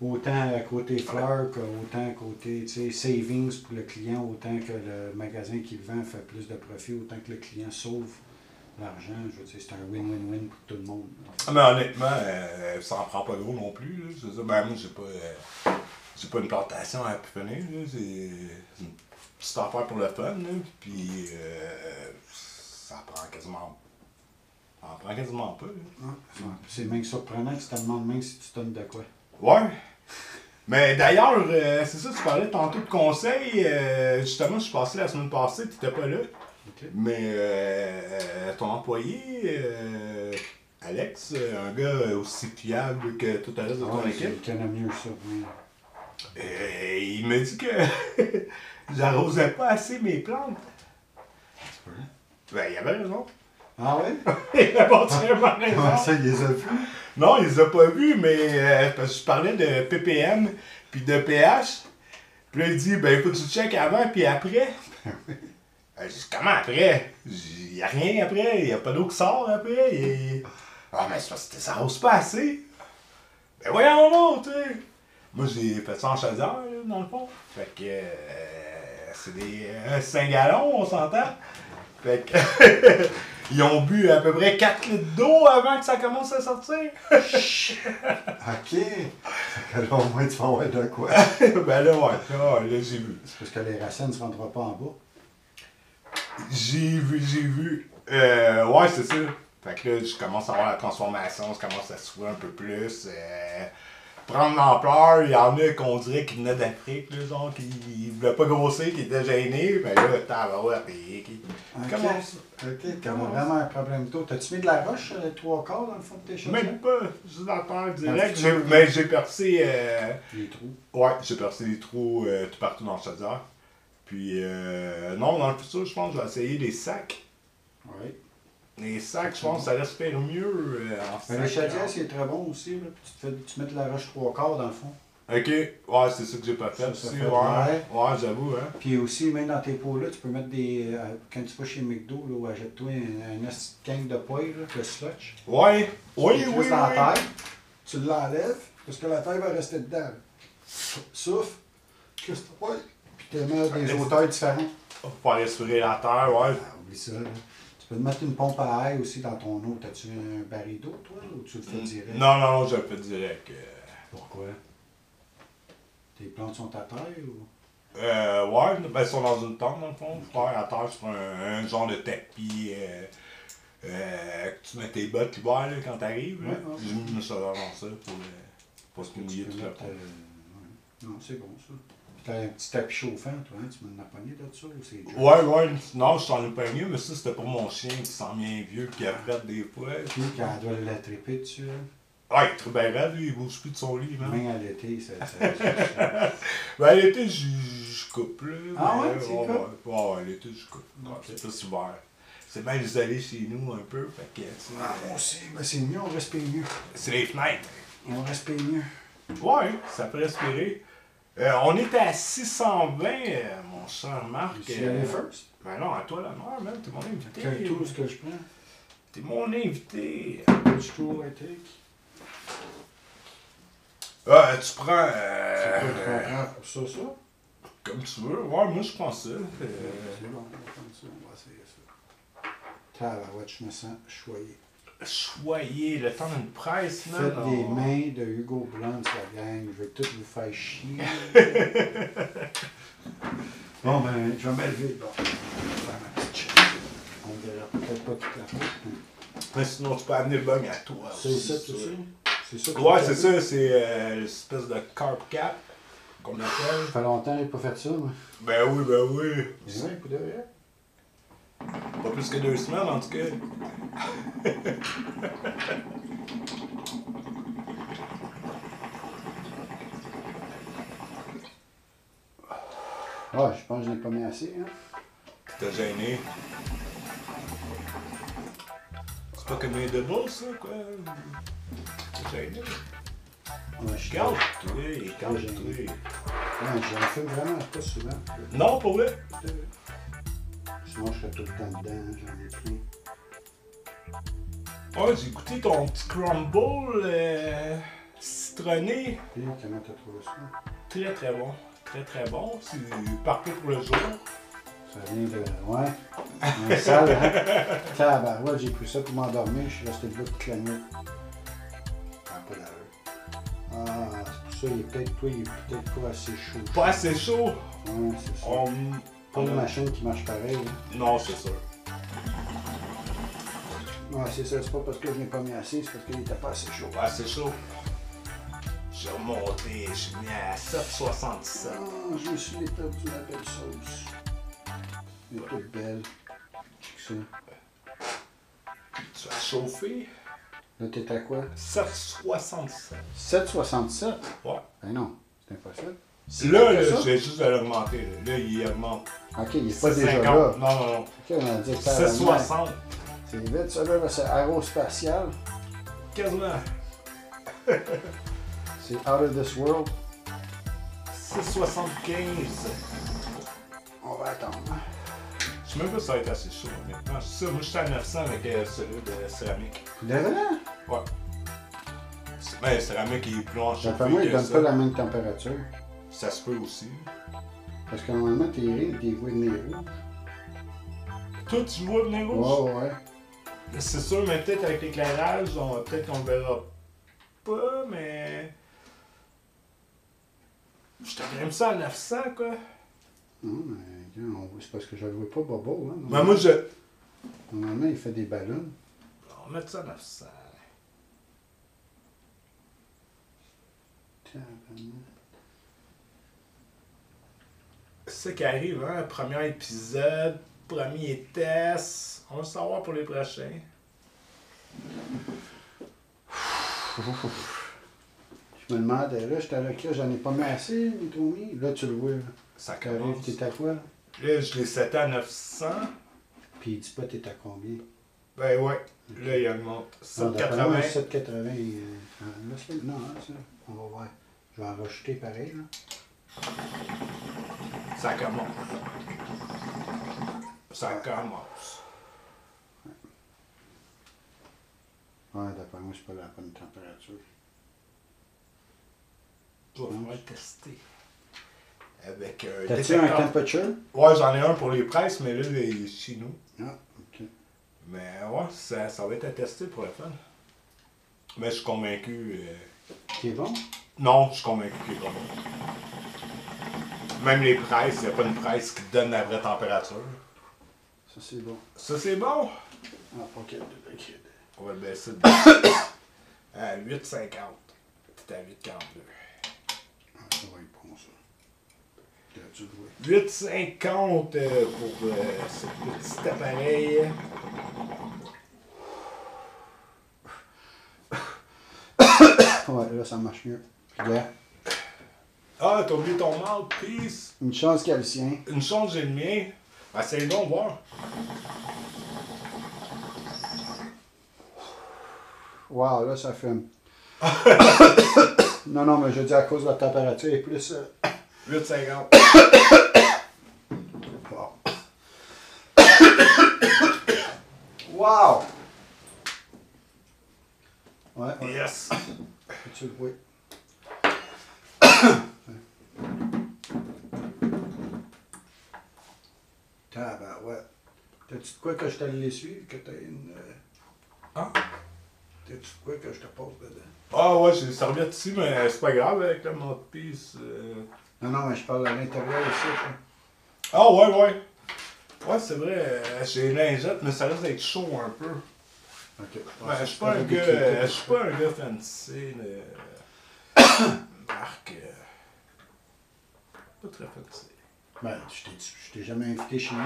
Autant à côté fleurs qu'autant côté tu sais, savings pour le client, autant que le magasin qui le vend fait plus de profit, autant que le client sauve l'argent. Je veux dire, c'est un win-win-win pour tout le monde. Ah, mais honnêtement, euh, ça en prend pas gros non plus. Là. Je veux dire, ben moi, j'ai pas, euh, j'ai pas une plantation à pouponner. là. C'est c'est une petite affaire pour le fun. là. Puis, euh, ça prend quasiment. Ça en prend quasiment pas. là. Ouais. C'est même surprenant que tu te demandes même si tu donnes de quoi. Ouais. Mais d'ailleurs, euh, c'est ça, tu parlais tantôt de conseils. euh, justement, je suis passé la semaine passée, t'étais pas là. OK. Mais euh, ton employé, euh, Alex, euh, un gars aussi fiable que tout à l'heure de ton Ouais, équipe, c'est- il y en a mieux que ça. oui. euh, il me dit que <laughs> j'arrosais pas assez mes plantes. Ben, il avait raison. <laughs> Ah <laughs> ouais? Il avait entièrement Comment raison. ça, il les a vus? Non, il les a pas vus, mais euh, parce que je parlais de ppm puis de pH. Puis là, il dit, ben, faut que tu check avant puis après. <laughs> Euh, Je dis, comment après? Il n'y a rien après, il n'y a pas d'eau qui sort après. y a- Ah, mais c'est parce que ça rose pas assez. Ben voyons donc, tu sais. Moi, j'ai fait ça en chasseur, là, dans le fond. Fait que euh, c'est des 5 gallons, on s'entend. Fait que <laughs> ils ont bu à peu près 4 litres d'eau avant que ça commence à sortir. <laughs> OK. Fait que là, au moins, tu vas avoir de quoi. ben là, ouais, là, ouais, là, j'ai vu. C'est parce que les racines ne se rendront pas en bas. J'ai vu, j'ai vu. Euh, ouais, c'est ça. Fait que là, je commence à avoir la transformation, je commence à souffrir un peu plus. euh, prendre l'ampleur, il y en a qu'on dirait qui venaient d'Afrique, là, genre, qui ne voulaient pas grossir, qui étaient gênés. Ben là, tabarouette, et qui. Ok, Comment ok, t'as vraiment un problème tôt. T'as-tu mis de la roche sur les trois quarts dans le fond de tes chaussures? Même pas, juste dans la terre direct. petit J'ai- trou. Mais j'ai percé. euh, Les trous. Ouais, j'ai percé des trous euh, tout partout dans le chaudière. Puis, euh, non, dans le futur, je pense que je vais essayer des sacs. Oui. Les sacs, je pense que ça respire mieux euh, en Mais le sac. chadier, c'est très bon aussi. Là. Tu, te fais- tu mets de la roche trois quarts dans le fond. Ok, ouais, c'est ça que j'ai pas fait. Ça, aussi, ça ouais. fait ouais, bien. j'avoue, hein. Puis aussi, même dans tes pots-là, tu peux mettre des. euh, quand tu vas chez McDo, là, achète-toi un, un petit gang de poêle, là, le slotch. Ouais, oui, tu oui, le oui. glisses dans la terre, tu l'enlèves, parce que la terre va rester dedans. là. Souffle, crisse ta poêle, puis tu mets des hauteurs différentes. Pour respirer la terre, ouais. Ah, oublie ça, là. Tu peux te mettre une pompe à air aussi dans ton eau. T'as-tu un baril d'eau, toi, ou tu le fais direct? Mm, Non, non, non, je le fais direct. euh, Pourquoi? Tes plantes sont à terre ou. Euh, ouais, ben, ils sont dans une tente, dans le fond. Faire à terre sur un, un genre de tapis. euh, euh, que tu mets tes bottes l'hiver, là, quand t'arrives. là. Ouais, ouais. Je me suis dans ça pour, euh, pour se mouiller Tu tout peux le mettre, euh, ouais. Non, c'est bon ça. Puis t'as un petit tapis chauffant, toi, hein? tu m'en as pogné de ça ou c'est déjà- Ouais, ouais, non, je t'en ai pas mieux, mais ça, c'était pour mon chien qui sent bien vieux, qui a fait des fois. Puis quand elle doit l'attraper dessus, hein? Ah, il est trop bien raide, lui, il bouge plus de son lit, man. même à l'été, ça. ça- Ben, l'été, je je coupe, là. Ah mais, ouais, tu ouais, coupes? ouais, ouais, l'été, je coupe. Ouais, Ok. C'est plus hiver. C'est bien isolé chez nous, un peu, fait que, tu sais, Ah, moi aussi, ben, c'est mieux, on respire mieux. c'est les fenêtres. On respire mieux. Ouais, ça peut respirer. Euh, on était à 620, euh, mon cher Marc. Tu y euh, allais first? Ben non, à toi l'honneur, man, t'es mon invité. Quel tour est-ce que je prends? T'es mon invité. Which tour I take? Ah, tu prends... C'est euh, quoi que je prends pour ça, ça? Comme tu veux, ouais, moi je prends ça. Euh, C'est bon, on va prendre ça, on va essayer ça. Tabarouette, je me sens choyé. Choyer, le temps d'une presse, man. Faites on- des mains de Hugo Blunt, la gang. Je vais tout vous faire chier. <laughs> bon, ben, je vais me lever. Bon, je vais faire ma petite chaise. On verra peut-être pas tout à fait. Mais sinon, tu peux amener le bug à toi. C'est aussi, ça, c'est ça? C'est ça? que Ouais, tu c'est as ça, c'est euh, l'espèce de carp cap qu'on appelle. Ça fait longtemps que j'ai pas fait ça, moi. Ben oui, ben oui. C'est vrai, pour de vrai? Pas plus que deux semaines en tout cas. Ah, je pense que je n'ai pas mis assez, hein. T'es gêné. C'est pas comme les doubles, ça, quoi. T'es gêné. Ouais, je Calme-toi, Pas calme-toi. gêné. Ouais, j'en fais vraiment pas souvent. Non, pour vrai. pour de vrai. Sinon, je serais tout le temps dedans, hein, j'en ai pris. Ouais, Ah, j'ai goûté ton petit crumble euh, citronné. Puis, comment t'as trouvé ça? Très très bon. Très très bon. C'est parfait pour le jour. Ça vient de. Ouais. Un sale, hein? Tabarouette, j'ai pris ça pour m'endormir, je suis resté debout toute la nuit. Ah, pas d'allure. Ah, c'est pour ça, il est peut-être toi, il est peut-être pas assez chaud. Pas assez chaud. Ouais, c'est ça. On... Pas de machine qui marche pareil. hein. Non, c'est sûr. Ouais, c'est ça, c'est pas parce que je n'ai pas mis assez, c'est parce qu'il était pas assez chaud. Pas assez chaud. J'ai remonté, j'ai mis à 7,77. Ah, je me suis étendu la belle sauce. Elle est toute belle. Check ça. Tu as chauffé Là, t'es à quoi? 7,67. 7,67? Ouais. Ben non, c'est impossible. Là, plus que là ça? je vais juste de l'augmenter. là. Là, il augmente. Ok, il est pas déjà 7,50. là. Non, non, non. Ok, on a dit que ça 7,60. C'est vite, ça là, là, c'est aérospatial. Quasiment. C'est out of this world. 6,75. On va attendre. Je sais même pas si ça va être assez chaud, honnêtement. C'est ça, moi je suis à 900 avec euh, celui de céramique. De vrai? Ouais. C'est- Ben, céramique il est plus long à D'après chauffer moi, il que donne pas ça. la même température. Ça se peut aussi. Parce que normalement, tes rives, t'es voué de nez rouge. Toi, tu vois venir rouge? Ouais, ouais. C'est sûr, mais peut-être avec l'éclairage, on- peut-être qu'on le verra pas, mais. Je te même ça à 900, quoi. Non, mais regarde, on- c'est parce que je le vois pas bobo, hein. Ben, moi, Ben, je. Maintenant, il fait des ballons. On va mettre ça 900. C'est qui arrive, hein? Premier épisode, premier test. On va le savoir pour les prochains. Je me demandais, là, j'étais là, que là, j'en ai pas mis assez, mes tourmis. Là, tu le vois, là. Ça T'arrives, commence. t'es à quoi? Là, je l'ai 7 à 900. Puis il dit pas t'es à combien. Ben ouais. Là, il augmente. Ah, d'après moi, 780. 780. euh, ah, là, c'est- non, hein, ça. On va voir. Je vais en rejeter pareil, là. Ça commence. Ça commence. Ouais, d'après moi, c'est pas la bonne température. Je vais pouvoir le tester. Avec un T'as-tu un détecteur. temperature? Ouais, j'en ai un pour les presses, mais là, il est chez nous. Ah, ok. Mais ouais, ça, ça va être à tester pour le fun. Mais je suis convaincu. euh, C'est bon? Non, je suis convaincu qu'il est pas bon. Même les presses, il n'y a pas une presse qui te donne la vraie température. Ça, c'est bon. Ça, c'est bon. Ah, ok. ok. On va le baisser de... <coughs> à 8,50. T'es à 8,42. Ah, ça va être bon, ça. T'as-tu le vois? 8,50 euh, pour euh, ce petit appareil. Ouais, là, ça marche mieux. Puis là, Ah, t'as oublié ton mouthpiece. une chance qu'il y a le sien. Une chance, j'ai le mien. Essayez donc voir. Wow, là, ça fume. non, non, mais je dis à cause de la température, et plus... euh, 8,50. Wow! <coughs> wow. Ouais, <coughs> ouais, Yes. tu le <coughs> vois. ouais. T'as-tu de quoi que je t'allais suivre, que t'as une... euh, Ah. T'as-tu de quoi que je te pose dedans? Ah ouais, j'ai une serviette ici, mais c'est pas grave avec le mouthpiece. euh. Non, non, mais je parle à l'intérieur ici. ça. Ah ouais, ouais. Ouais, c'est vrai, euh, j'ai une lingette, mais ça risque d'être chaud un peu. Ok. Ben, je suis pas un gars. euh, Je suis pas un gars fancy de. <coughs> Marc. euh, Pas très fancy. Ben, je t'ai- je t'ai jamais invité chez nous.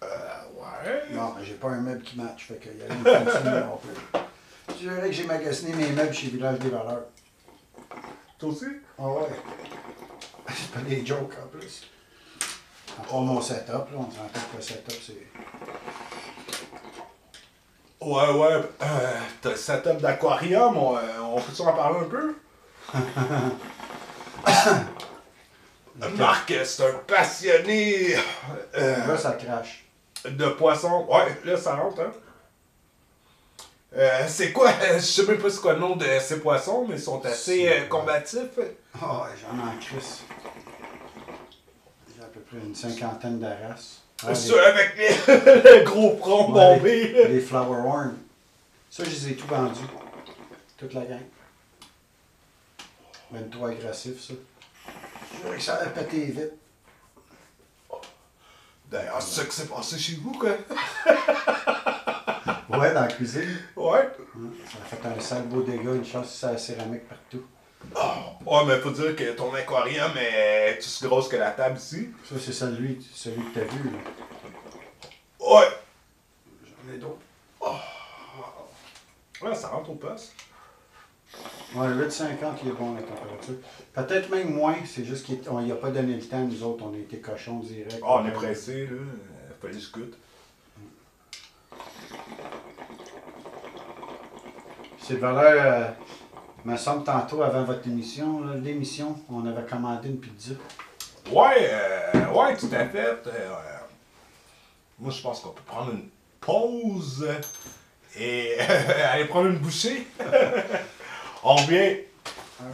Ah ouais. Non, mais j'ai pas un meuble qui match, fait qu'il y a rien de continuer non plus. Je dirais que j'ai magasiné mes meubles chez Village des Valeurs. Toi aussi? Ah ouais. <laughs> C'est pas des jokes en plus. À part mon setup, là, on s'entend que le setup, c'est. Ouais, ouais. Euh, T'as le setup d'aquarium, on, euh, on peut-tu en parler un <coughs> peu? Marc, c'est un passionné euh, Là, ça crache. de poissons. Ouais, là, ça rentre, hein? Euh, c'est quoi, <laughs> je sais même pas c'est quoi le nom de ces poissons, mais ils sont assez euh, combatifs. Ah ouais, j'en ai en crise. J'ai à peu près une cinquantaine de races. Ah, les- Ceux avec les, <laughs> le gros front ouais, bombé. les, les Flower Horn. Ça, je les ai tous vendus. Toute la gang. Même trop agressif, ça. Je dirais que ça a pété vite. D'ailleurs, c'est ça qui s'est passé chez vous, quoi. Ouais, dans la cuisine. Ouais. Ça a fait un sale beau dégât, une chance que c'est la céramique partout. Ouais, mais faut dire que ton aquarium est plus grosse que la table ici. Ça, c'est celui, celui que t'as vu. là. Ouais. J'en ai d'autres. Oh, Ouais, ça rentre au poste. Ouais, 8,50, il est bon la température. Peut-être même moins, c'est juste qu'on n'y a pas donné le temps, nous autres, on a été cochons direct. Ah, on est pressé, là. Euh, Fallait que je goûte. C'est valeur, euh, me semble, tantôt, avant votre émission, là, l'émission, on avait commandé une pizza. Ouais, euh, ouais, tout à fait. Euh, euh, moi, je pense qu'on peut prendre une pause et <laughs> aller prendre une bouchée. <laughs> on revient.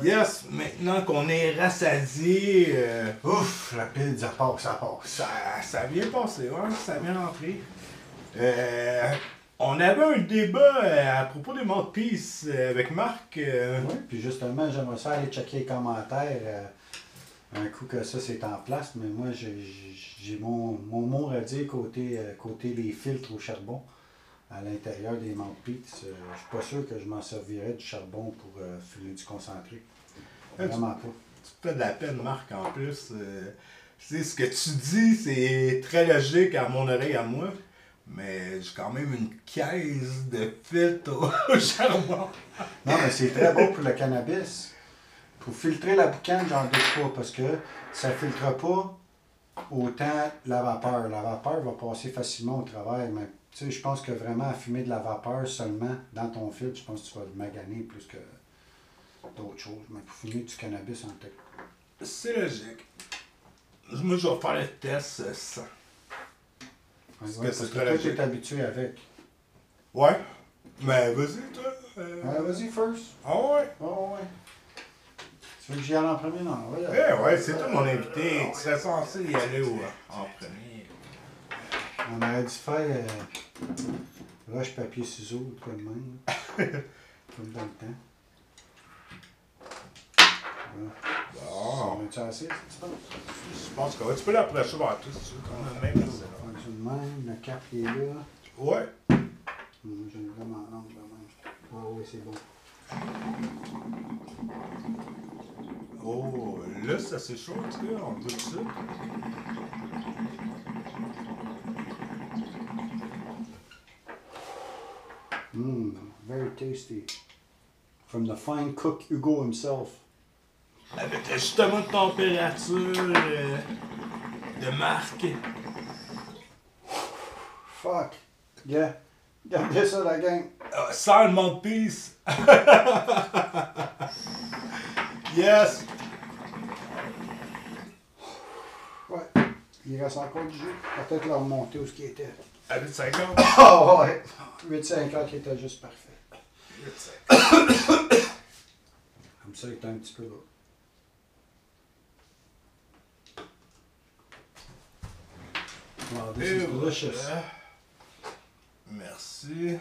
Yes, maintenant qu'on est rassasié, euh, Ouf, la pizza passe, ça passe. ça, ça vient passer, ouais, ça vient rentrer. Euh, on avait un débat euh, à propos des mouthpieces euh, avec Marc. euh, Oui, puis justement, j'aimerais ça aller checker les commentaires. euh, un coup que ça c'est en place, mais moi j'ai- j'ai j'ai mon, mon mot à dire côté, euh, côté les filtres au charbon à l'intérieur des Mount Peaks. Euh, je suis pas sûr que je m'en servirais du charbon pour euh, fumer du concentré. Ah, tu- Vraiment pas. Tu te fais de la peine, Marc, en plus. euh, tu sais, ce que tu dis, c'est très logique à mon oreille, à moi. Mais j'ai quand même une caisse de filtre au <laughs> charbon. Non, mais c'est très bon pour le cannabis. Pour filtrer la boucane, j'en doute pas, parce que ça filtre pas autant la vapeur. La vapeur va passer facilement au travers, mais tu sais, je pense que vraiment à fumer de la vapeur seulement dans ton filtre, je pense que tu vas le maganer plus que d'autres choses. Mais pour fumer du cannabis en tête. C'est logique. Moi, je vais faire le test euh, sans. Parce que c'est que très toi, tu logique. es habitué avec. Ouais. Mais vas-y, toi. euh, Ouais, vas-y, first. Ah ouais? Oh, ouais. Tu veux que j'y aille en premier? Non, ouais. Eh ouais, c'est toi mon invité. Tu serais censé y aller au- en premier. On aurait dû faire euh, roche, papier, ciseaux, ou quoi de même. <laughs> là. Comme dans le temps. Voilà. Bon. On a-tu assez, tu penses? Ah, Je pense que ouais, tu peux l'approcher vers toi si tu veux. Quand même, même, c'est On est-tu de même? Le cap il est là. bon. Ouais. Hum, Je le mets en angle de même. Ah oui, c'est bon. Oh, là, ça c'est chaud, en tout cas. On goûte ça. Hum, very tasty. From the fine cook Hugo himself. Avec l'ajustement de température euh, de marque. Fuck. Yeah. Regardez ça, la gang. Euh, sans le mot de peace. <laughs> yes. Ouais. Il reste encore du jus. Peut-être leur remonter où ce qui était. <laughs> Avec 50. Ah ouais. 8,50 qui était juste parfait. Comme ça, il était un petit peu là. Wow, Ah, this Et is delicious. voilà. Euh, Merci.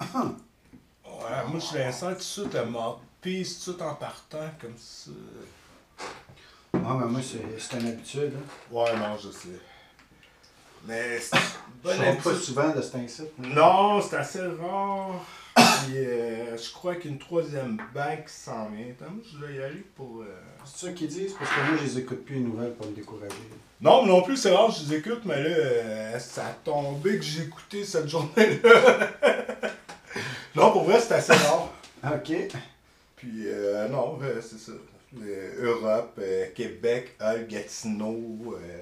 <coughs> Ouais, moi je l'insère tout de suite à mort. Puis tout de suite en partant comme ça. Ah, mais moi, c'est c'est une habitude. Hein. Ouais, non, je sais. Mais c'est une Je bonne ne pas habitude. souvent de cet incite. Non, c'est assez rare. Puis euh, je crois qu'une troisième bague s'en vient. Attends, moi, je vais y aller pour. euh, C'est ça qu'ils disent, parce que moi, je les écoute plus les nouvelles pour me décourager. Non, mais non plus, c'est rare, je les écoute, mais là, euh, ça a tombé que j'ai écouté cette journée-là. <laughs> non, pour vrai, c'est assez rare. Ok. Puis, euh, non, euh, c'est ça. Euh, Europe, euh, Québec, Hull, Gatineau. euh,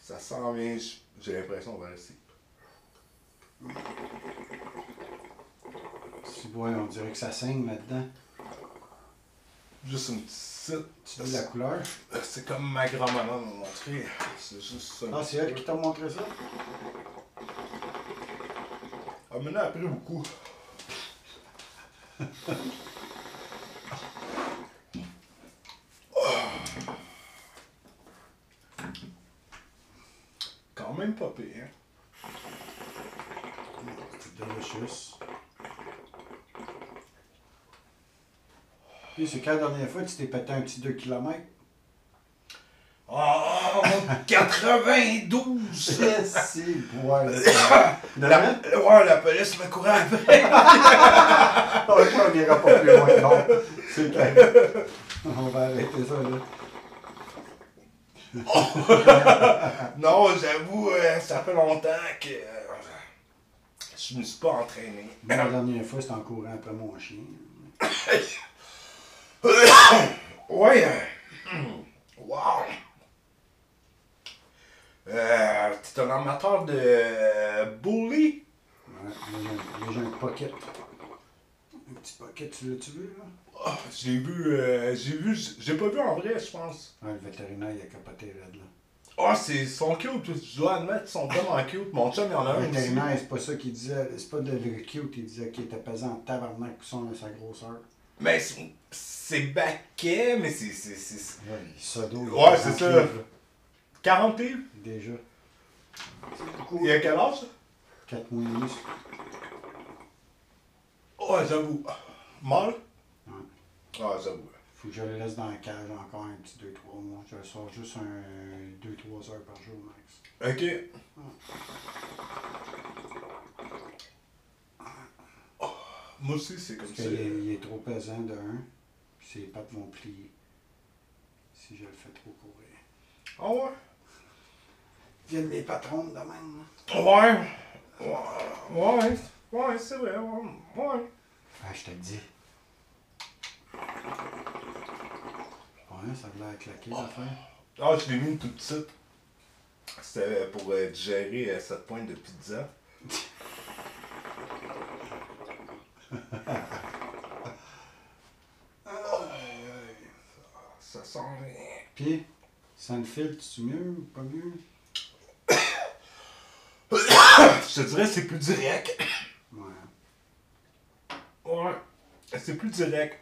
ça s'en vient, j- j'ai l'impression, vers ici. Si, ouais, on dirait que ça saigne là-dedans. Juste une petite. Tu dis la couleur. Euh, C'est comme ma grand-maman m'a montré. C'est juste ça. Ah, c'est elle qui t'a montré ça? Ah, mais là, après beaucoup. <laughs> Quand même pas pire. hein. Delicious. Puis c'est quand la dernière fois tu t'es pété un petit 2 km? <laughs> Oh, 92! si, <coughs> boy! De même? ouais, la police me courait après. <laughs> Ok, Ah on n'ira pas plus loin, non. C'est clair. On va arrêter ça, là. Non, j'avoue, euh, ça fait longtemps que euh, je me suis pas entraîné. Moi, la dernière fois, c'était en courant après mon chien. <coughs> Ouais. euh, <coughs> Wow. Euh, T'es un amateur de euh, bully? Ouais, là, j'ai- là, j'ai un pocket. Un petit pocket, tu l'as-tu vu, là? Ah, j'ai vu, euh, j'ai vu, j'ai pas vu en vrai, je pense. Ah, le vétérinaire, il a capoté raide, là. Ah, c'est, ils sont cute, je dois admettre, ils sont vraiment cute. Mon chum, il y en a Le un aussi. vétérinaire, c'est pas ça qu'il disait. C'est pas de le cute, il disait qu'il était pesant en tabarnak pour son, sa grosseur. Mais c'est- c'est baquet, mais c'est, c'est, c'est... Là, il sodo. il Ouais, est c'est 40 ça. livres, là, 40 livres? Déjà. Il a quel âge? 4 mois et demi. Ouais, Ah, j'avoue. Mal? Ouais. Ah, j'avoue. Faut que je le laisse dans la cage encore un petit 2-3 mois. Je le sors juste un 2-3 heures par jour max. Ok. Oh, Moi aussi, c'est comme Parce ça. qu'il est, il est trop pesant de un, puis ses pattes vont plier si je le fais trop courir. Ah ouais? Viennent mes patrons de même. hein. Ah Ouais. Ouais, ouais, ouais c'est vrai. Ouais. ouais. Ah, je te le dis. Ouais, ça a l'air claqué l'affaire. Ah, je l'ai mis tout de suite. C'était pour euh, digérer euh, cette pointe de <laughs> pizza. Aïe, aïe. Ça sent rien. <coughs> Puis, ça me file, tu mieux ou pas mieux? Je te dirais, c'est plus direct. Ouais. Ouais. C'est plus direct.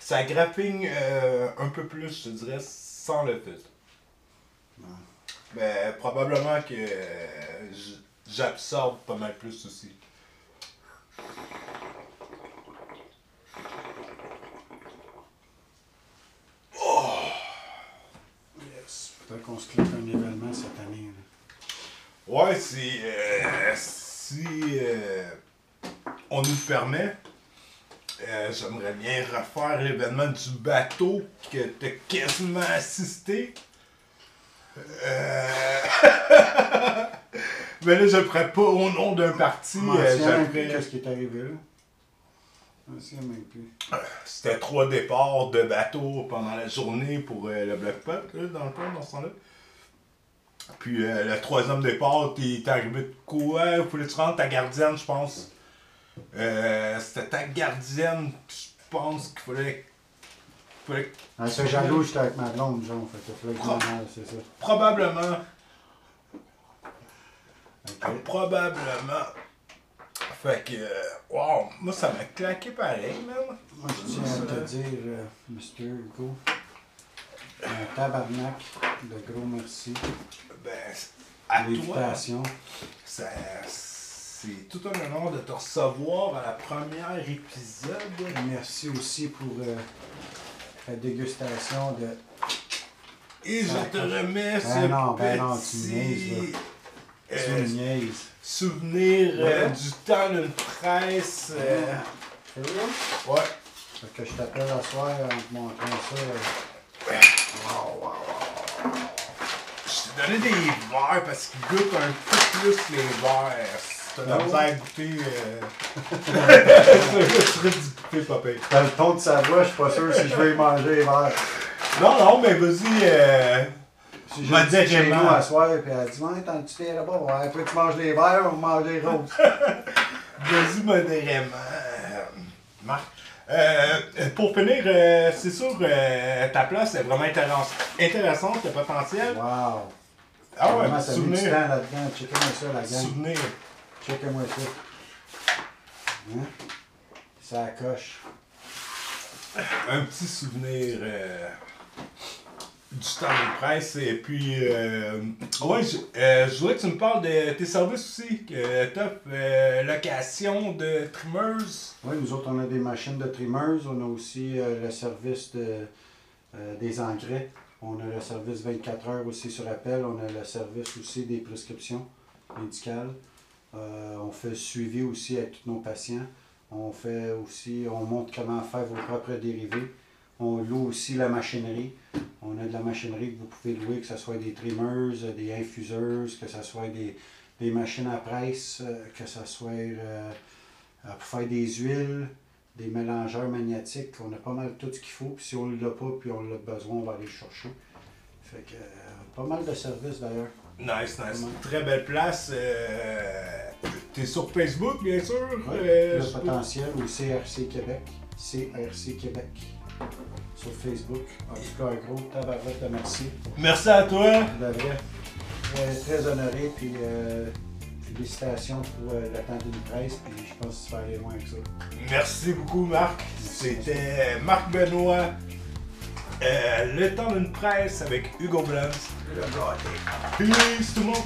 Ça grappigne euh, un peu plus, je te dirais, sans le filtre. Ouais. Mais probablement que euh, j- j'absorbe pas mal plus aussi. Yes. Peut-être qu'on se clique un événement cette année. Là. Ouais, c'est. euh, si euh, on nous le permet, euh, j'aimerais bien refaire l'événement du bateau que t'as quasiment assisté. Euh, <laughs> Mais là, je le ferai pas au nom d'un parti. euh, je Mentionne le un peu ferai- qu'est-ce qui est arrivé là. Mentionne même plus. C'était trois départs de bateau pendant la journée pour euh, le Black Pot, là, dans le fond, dans ce temps-là. Puis euh, le troisième départ, t'es t'es arrivé de quoi Faut que tu rentres ta gardienne, je pense. Euh, C'était ta gardienne, je pense qu'il fallait. fallait Ah, ce jaloux, j'étais avec ma blonde, genre. Fait que là, je m'en aille, c'est ça. probablement. ah, Ok. Probablement. Fait que. euh, Wow, moi ça m'a claqué pareil, même. Moi, je tiens à te dire, euh, Mr. Hugo, un tabarnak de gros merci Ben, à toi. pour l'invitation. Ça- C'est tout un honneur de te recevoir à la première épisode. Merci aussi pour euh, la dégustation de. Et je te remets ce Ben non, ben non, tu petit niaises, là. euh, Tu me niaises. souvenir euh, Ouais. du temps d'une presse. euh, C'est vrai? ouais. Fait que je t'appelle à soir en te montrant ça. euh, Je t'ai donné des verres parce qu'ils goûtent un peu plus les verres. Si T'as de la Ah ouais? misère à goûter. <laughs> euh, C'est juste du goûter, papa. Dans le ton de sa voix, je suis pas sûr si je veux y manger les verres. Non, non, mais vas-y. euh, Si M'a je dit dit chez nous vraiment. à soir, puis elle dit Ouais, tant que tu t'es là-bas, ouais, toi tu manges les verres, on mange les roses. <laughs> Vas-y modérément, euh, Marc. Euh, pour finir, euh, c'est sûr, euh, ta place est vraiment intéress- intéressante, le potentiel. Wow! Ah ouais, Vraiment, ça met du temps souvenir. là-dedans. Checkez-moi ça, la gang. Souvenir. Checkez-moi ça. Hein? Ça coche. Un petit souvenir euh, du temps de presse. Et puis, euh, ouais, je, euh, je voudrais que tu me parles de tes services aussi. Que t'offres euh, location de trimmeuse. Oui, nous autres, on a des machines de trimmeuse. On a aussi euh, le service de, euh, des engrais. On a le service 24 heures aussi sur appel. On a le service aussi des prescriptions médicales. Euh, on fait le suivi aussi avec tous nos patients. On fait aussi, on montre comment faire vos propres dérivés. On loue aussi la machinerie. On a de la machinerie que vous pouvez louer, que ce soit des trimmeuses, des infuseuses, que ce soit des, des machines à presse, euh, que ce soit euh, euh, pour faire des huiles, des mélangeurs magnétiques. On a pas mal tout ce qu'il faut. Puis si on ne l'a pas, puis on l'a besoin, on va aller le chercher. Fait que euh, pas mal de services d'ailleurs. Nice, nice. Ouais. Très belle place. euh, T'es sur Facebook, bien sûr. euh, le je- potentiel au CRC Québec. CRC Québec. Sur Facebook. En tout cas, un gros tabarouette de merci. Merci à toi. Pour de vrai, très, très honoré. Puis euh, félicitations pour euh, l'attente d'une presse. Puis je pense que tu vas aller loin avec ça. Merci beaucoup, Marc. C'était Marc Benoît. euh, le temps d'une presse avec Hugo Blanc. Peace tout le monde.